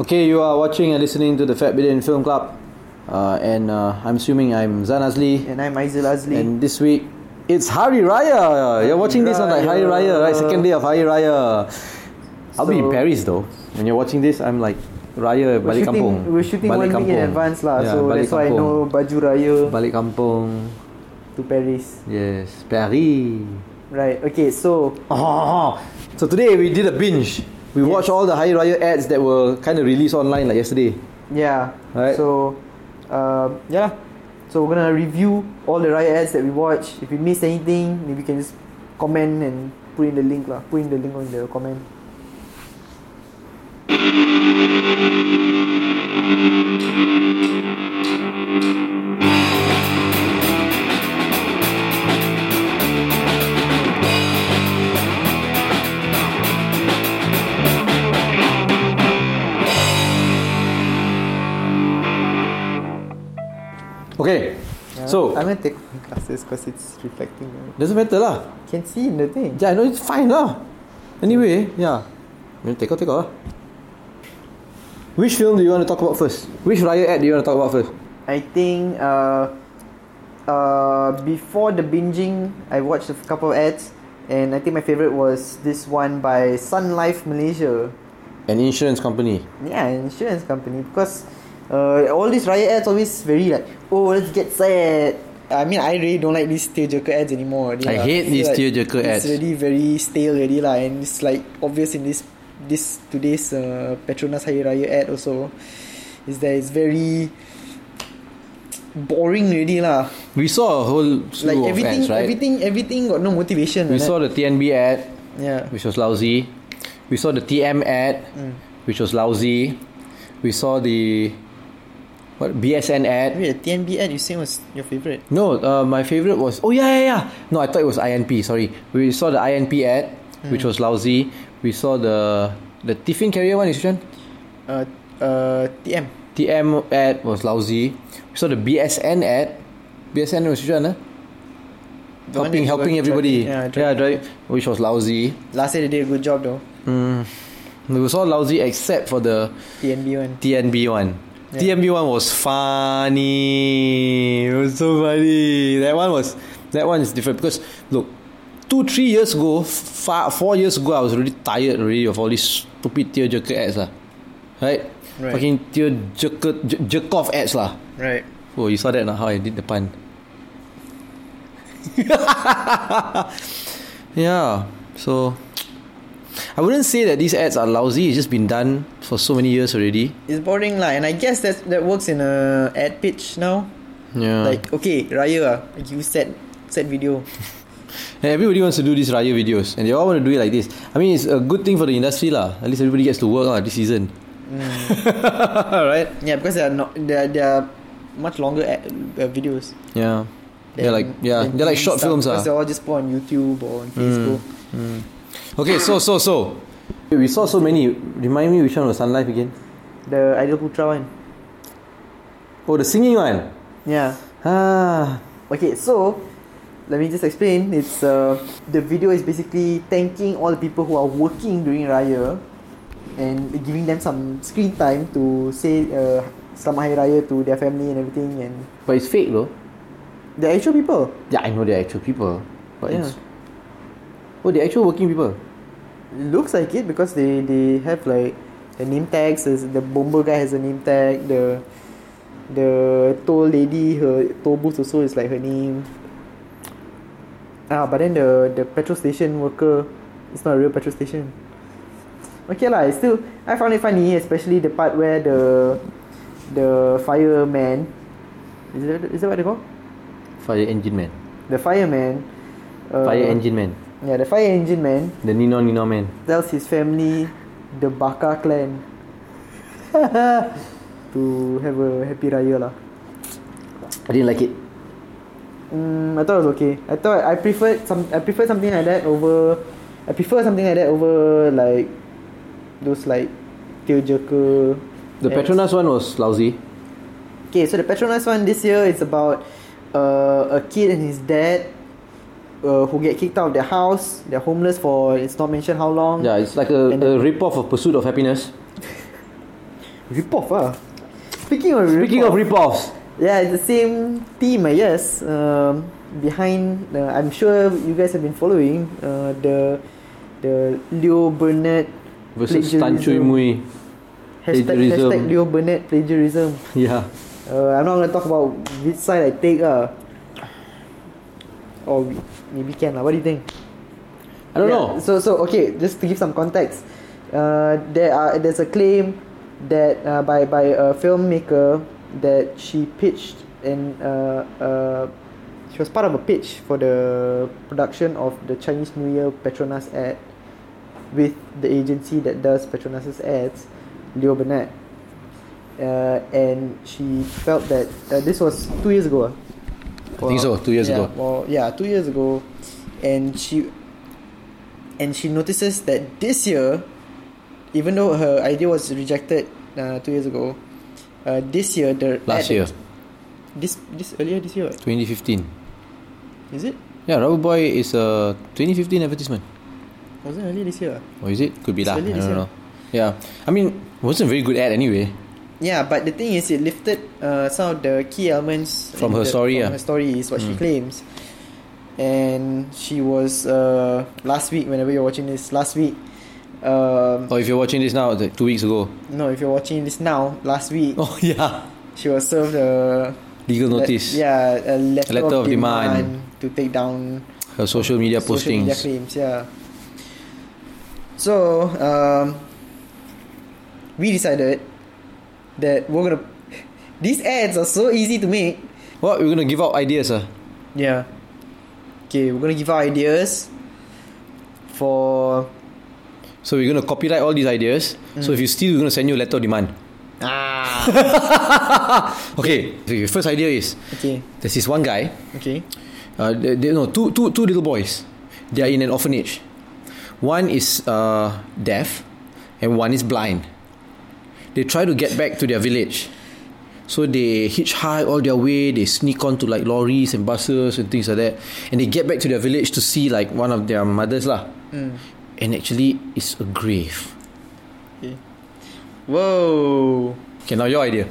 Okay, you are watching and listening to the Fat Billion Film Club, uh, and uh, I'm assuming I'm Zan Azli. And I'm Aizil Azli. And this week, it's Hari Raya. You're watching this on like Hari Raya, right? Second day of Hari Raya. I'll be in So- Paris though. When you're watching this, I'm like Raya we're balik shooting, kampung. we're shooting balik one week in kampung. advance lah, Yeah, so balik that's why I kampung. know baju raya Balik kampung. to Paris. Yes, Paris. Right. Okay. So Oh, so today we did a binge. We watched all the Hari Raya ads that were kind of released online like yesterday. yeah. Right. So um, yeah. So we're gonna review all the raya ads that we watch. If we missed anything, maybe we can just comment and put in the link lah. Put in the link on the comment. Okay, Yeah. so I'm gonna take off my glasses because it's reflecting. right? doesn't matter lah. Can see in the thing. Yeah, I know it's fine lah. Anyway, yeah. You take out, take out lah. Which film do you want to talk about first? Which Raya ad do you want to talk about first? I think uh, uh, before the binging, I watched a couple of ads, and I think my favorite was this one by Sun Life Malaysia. An insurance company. Yeah, insurance company because uh, all these riot ads always very like, oh let's get sad. I mean, I really don't like these tear jerker ads anymore. already I lah. hate feel these tear jerker ads. It's already very stale already lah, and it's like obvious in this this today's uh, Petronas Hari Raya ad also, is that it's very boring already lah. We saw a whole slew Like of everything, ads, right? everything, everything got no motivation. we like saw the TNB ad, that. yeah. which was lousy. We saw the TM ad, Mm. which was lousy. We saw the what BSN ad. Wait, the TNB ad you say was your favorite. No, uh, my favorite was oh yeah yeah yeah. No, I thought it was INP. Sorry, we saw the INP ad, Mm. which was lousy. We saw the the Tiffin carrier one is which one? Uh, uh, TM. TM ad was lousy. We saw the BSN ad. BSN was which one? Huh? The one Helping, that you helping were everybody. driving- yeah, yeah, driving. drive, which was lousy. Last year they did a good job though. Mm. It was all lousy except for the TNB one. TNB one. Yeah. TNB one was funny. It was so funny. That one was that one is different because look, two three years ago, f- fi- four years ago, I was really tired already of all these stupid tear jerker ads lah, right? Right. Fucking tear jerker j- jerk off ads lah. Right. Oh, you saw that now how I did the pun. yeah. So I wouldn't say that these ads are lousy, it's just been done for so many years already. It's boring lah, and I guess that that works in a ad pitch now. Yeah. Like Like okay, Raya, ah, you set set video. everybody wants to do these Raya videos and they all want to do it like this. I mean it's a good thing for the industry lah. At least everybody gets to work lah this season. right? Yeah, because they are not they are, they are much longer ad, uh, videos. Yeah. They're than- like yeah, than they're like TV short stuff, films ah. Hmm. Because they're all just put on YouTube or on Facebook. Okay, so so so we saw so many. Remind me which one was Sun Life again? The Idol Putra one. Oh, the singing one. Yeah. Ah, Okay, so let me just explain. It's uh, the video is basically thanking all the people who are working during Raya and giving them some screen time to say uh, Selamat Hari Raya to their family and everything and but it's fake though. the actual people. Yeah, I know they're actual people. But Yeah. it's Oh, they're actual working people. Looks like it because they, they have like the name tags. is- The bomber guy has a name tag. The the toll lady, her toll booth also is like her name. Ah, but then the the petrol station worker, it's not a real petrol station. Okay lah, it's still I found it funny, especially the part where the the fireman, is that is that what they call? Fire engine man. The fireman. Uh, Fire engine man. Yeah, the fire engine man The Nino Nino man. tells his family, the Baka clan, to have a happy Raya lah. I didn't like it. Mm, I thought it was okay. I thought I preferred some. I preferred something like that over. I prefer something like that over like those like tearjerker. The ads. Petronas one was lousy. Okay, so the Petronas one this year is about uh, a kid and his dad uh, who get kicked out of their house. They're homeless for it's not mentioned how long. Yeah, it's like a, And a rip off of Pursuit of Happiness. Rip off ah. Speaking of rip Speaking off, of rip-offs, Yeah, it's the same team, I guess. Um, behind, uh, I'm sure you guys have been following uh, the the Leo Burnett versus Tan Chui plagiarism. Mui. hashtag, Plagiarism. hashtag Leo Burnett plagiarism. Yeah. Uh, I'm not gonna talk about which side I take uh. Or maybe can lah. What do you think? I don't know. Yeah, So so okay, just to give some context, uh, there are there's a claim that uh, by by a filmmaker that she pitched and uh, uh, she was part of a pitch for the production of the Chinese New Year Petronas ad with the agency that does Petronas's ads, Leo Burnett. Uh, and she felt that uh, this was two years ago. ah? I think so, two years yeah, ago. Well, yeah, two years ago, and she and she notices that this year, even though her idea was rejected uh, two years ago, uh, this year the Last ad- year, this this earlier this year 2015. is it? Yeah, Rubber Boy is a 2015 advertisement. Was it earlier this year? Or is it? Could be It's lah. I early don't this year. know. Yeah. I mean, wasn't a very good ad anyway. Yeah, but the thing is, it lifted uh, some of the key elements From her in the- story, From yeah. Mm. her story is what she claims, and she was uh, last week. Whenever you're watching this, last week. Um, Or if you're watching this now, it's like two weeks ago. no, if you're watching this now, last week Oh, yeah. she was served a Legal notice. Le- Uh, yeah, a letter, Letter of, of demand, demand. to take down Her social media social postings. media claims. Yeah. So um, we decided that we're gonna. These ads are so easy to make. What? We're going to give out ideas, ah. Yeah. Okay, we're gonna give our ideas for So we're going to copyright all these ideas. So if you steal, we're going to send you a letter of demand. Mm. ah. Okay. So your first idea is okay, there's this one guy okay, Uh, they, they, no, two, two, two little boys. They are in an orphanage. One is uh, deaf, and one is blind. They try to get back to their village, so they hitchhike all their way. They sneak on to like lorries and buses and things like that, and they get back to their village to see like one of their mothers lah. And actually, it's a grave. okay. Whoa. Okay, now your idea.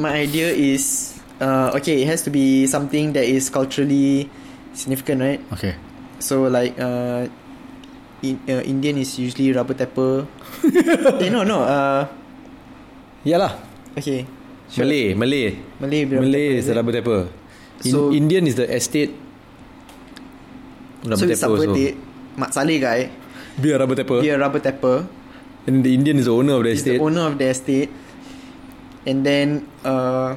My idea is uh, okay. It has to be something that is culturally significant, right? Okay. So like uh, in, uh Indian is usually rubber tapper. eh, no no. Uh, Yeah lah. okay. Malay, Malay, Malay. will be rubber Malay tapper, is the it? rubber tapper. In, So- Indian is the estate. So Rubber it's tapper also. subverted. Mat Saleh guy. Be a rubber tapper. Be a rubber tapper. And the Indian is the owner of the He's estate. the owner of the estate. And then uh,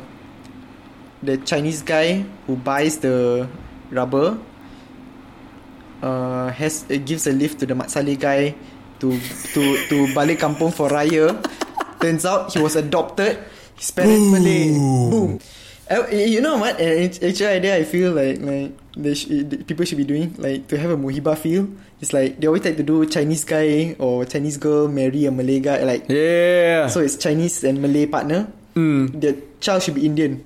the Chinese guy who buys the rubber uh, has uh, gives a lift to the Mat Saleh guy to to to balik kampung for raya. Turns out he was adopted. His parents Malay. Boom. Uh, y- you know what? Uh, act- actually, idea I feel like like they sh- the people should be doing like to have a muhiba feel. It's like they always like to do Chinese guy or Chinese girl marry a Malay guy like yeah. so it's Chinese and Malay partner. Hmm. The child should be Indian.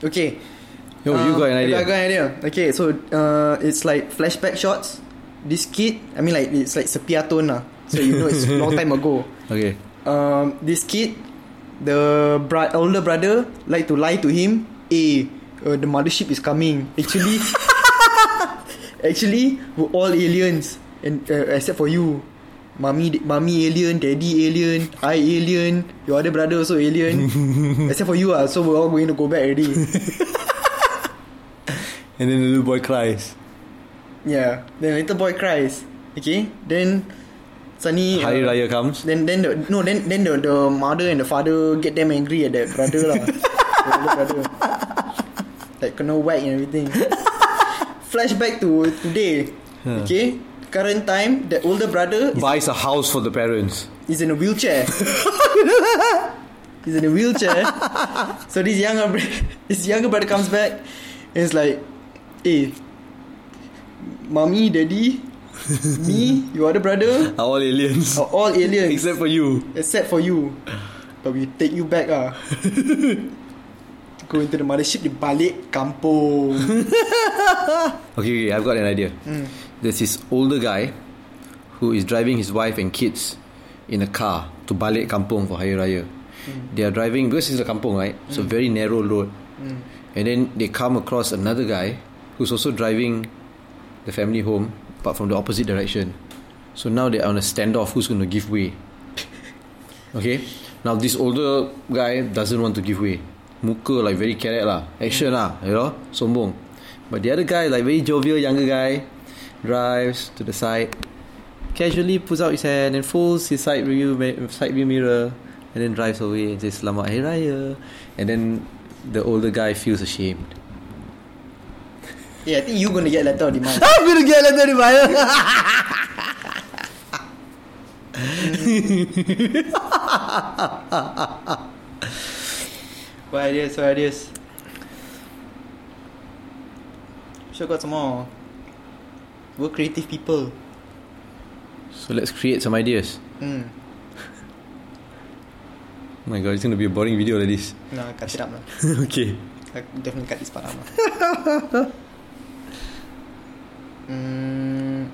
okay. Yo, Oh, you Um, got an I idea. got an idea. Okay, so uh, it's like flashback shots. This kid, I mean, like it's like sepiaton lah. So you know it's a long time ago. Okay. Um, this kid, the bra- older brother, like to lie to him. Eh, uh, the mothership is coming. Actually, actually, we're all aliens, and uh, except for you. Mommy, mommy alien, daddy alien, I alien, your other brother also alien. except for you ah, so we're all going to go back already. And then the little boy cries. Yeah. Then little boy cries. Okay. Then suddenly Hari uh, Raya comes. Then then the no then then the, the mother and the father get them angry at their brother lah. The older brother. Like kena whack and everything. Flashback to today. Okay. Current time, the older brother is, Buys a house for the parents. is in a wheelchair. He's in a wheelchair. so this younger br- this younger brother comes back and is like, hey, mommy, daddy, me, your other brother Are all aliens. are all aliens except, Except for you. for you. But we take you back ah. Go into the mothership di balik kampung. Okay, okay, I've got an idea. There's this older guy who is driving his wife and kids in a car to balik kampung for Hari Raya. They are driving because it's a kampung, right? So very narrow road. And then they come across another guy who's also driving the family home, but from the opposite direction. So now they're on a standoff. Who's going to give way? Okay. Now this older guy doesn't want to give way. Muka like very carrot lah. Action lah. You know. Sombong. But the other guy like very jovial younger guy. Drives to the side. Casually pulls out his hand and folds his side view, ma- side view mirror. And then drives away and says Selamat Hari Raya. And then the older guy feels ashamed. Yeah, Eh, I think you gonna get letter of demand. I'm gonna get letter to buy what ideas? What ideas? Sure got some more. We're creative people. So let's create some ideas. Hmm. Oh my god, it's gonna be a boring video like this. No, cut it up lah. okay. I definitely cut this part out. mm.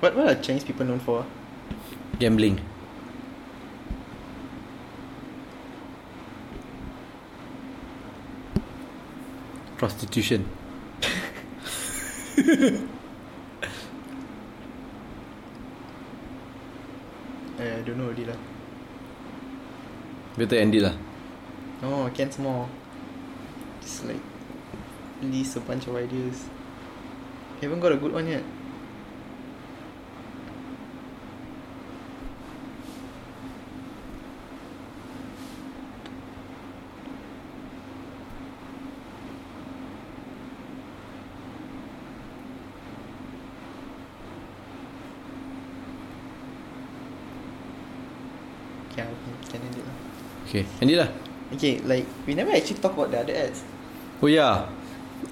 What what are Chinese people known for? Gambling. Prostitution. Eh, I don't know already lah. Better end it lah. No, I can't more. Just like list a bunch of ideas. Haven't got a good one yet. Yeah, I can end it lah. Okay, end it lah. Okay, like we never actually talk about the other ads. Oh yeah,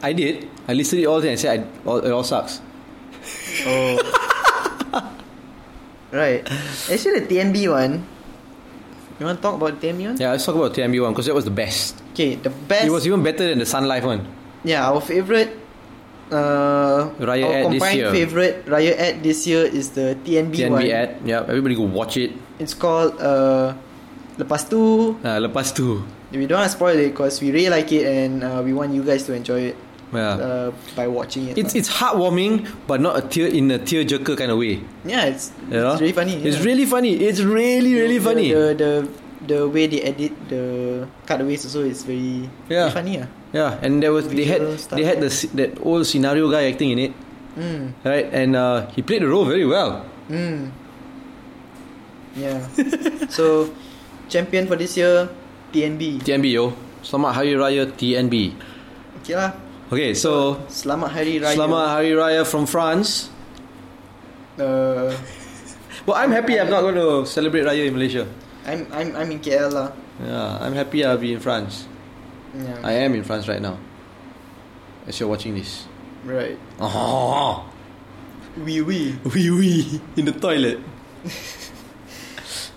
I did. I listed it all and I said I, all, it all sucks. Oh. right. Actually, the TNB one. You want to talk about the TNB one? Yeah, let's talk about TMB one because that was the best. Okay, the best. It was even better than the Sun Life one. yeah, our favorite. Uh, Raya our ad this combined year. favorite Raya ad this year is the TNB, one. TNB ad. Yeah, everybody go watch it. It's called uh, Lepas Tu. Ah, lepas tu. We don't want to spoil it because we really like it and uh, we want you guys to enjoy it Yeah. uh, by watching it. It's it's heartwarming, but not a tear in a tear jerker kind of way. yeah, it's, You know? it's really funny. It's yeah. really funny. It's really really the, funny. The, the the way they edit the cutaways also is very Yeah. very funny. Ah, Yeah, and there was they had Visual stuff. they had the s- that old scenario guy acting in it, Mm. right? And uh, he played the role very well. Mm. Yeah. so champion for this year, TNB. TNB yo, Selamat Hari Raya TNB. Okay lah. Okay, so Selamat Hari Raya. Selamat Hari Raya from France. Uh, Well, I'm happy I'm not going to celebrate Raya in Malaysia. I'm I'm I'm in KL lah. Yeah, I'm happy I'll be in France. Yeah. I am in France right now. As you're watching this. right. Oh, We we. wee wee in the toilet.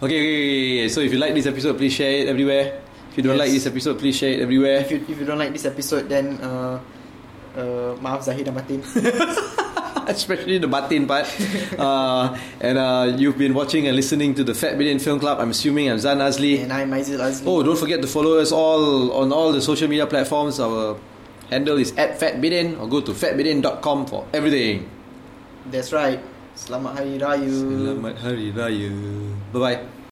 okay, okay, okay, okay, so if you like this episode, please share it everywhere. If you don't Yes. like this episode, please share it everywhere. If you if you don't like this episode, then uh, uh, maaf Zahid dan Batin. especially the batin part. uh, and uh, you've been watching and listening to the Fat Billion Film Club. I'm assuming I'm Zan Azli. and I'm Aizil Azli. Eh. Oh, don't forget to follow us all on all the social media platforms. Our handle is at fatbidin or go to fatbidin.com for everything. That's right. Selamat Hari Raya. Selamat Hari Raya. Bye bye.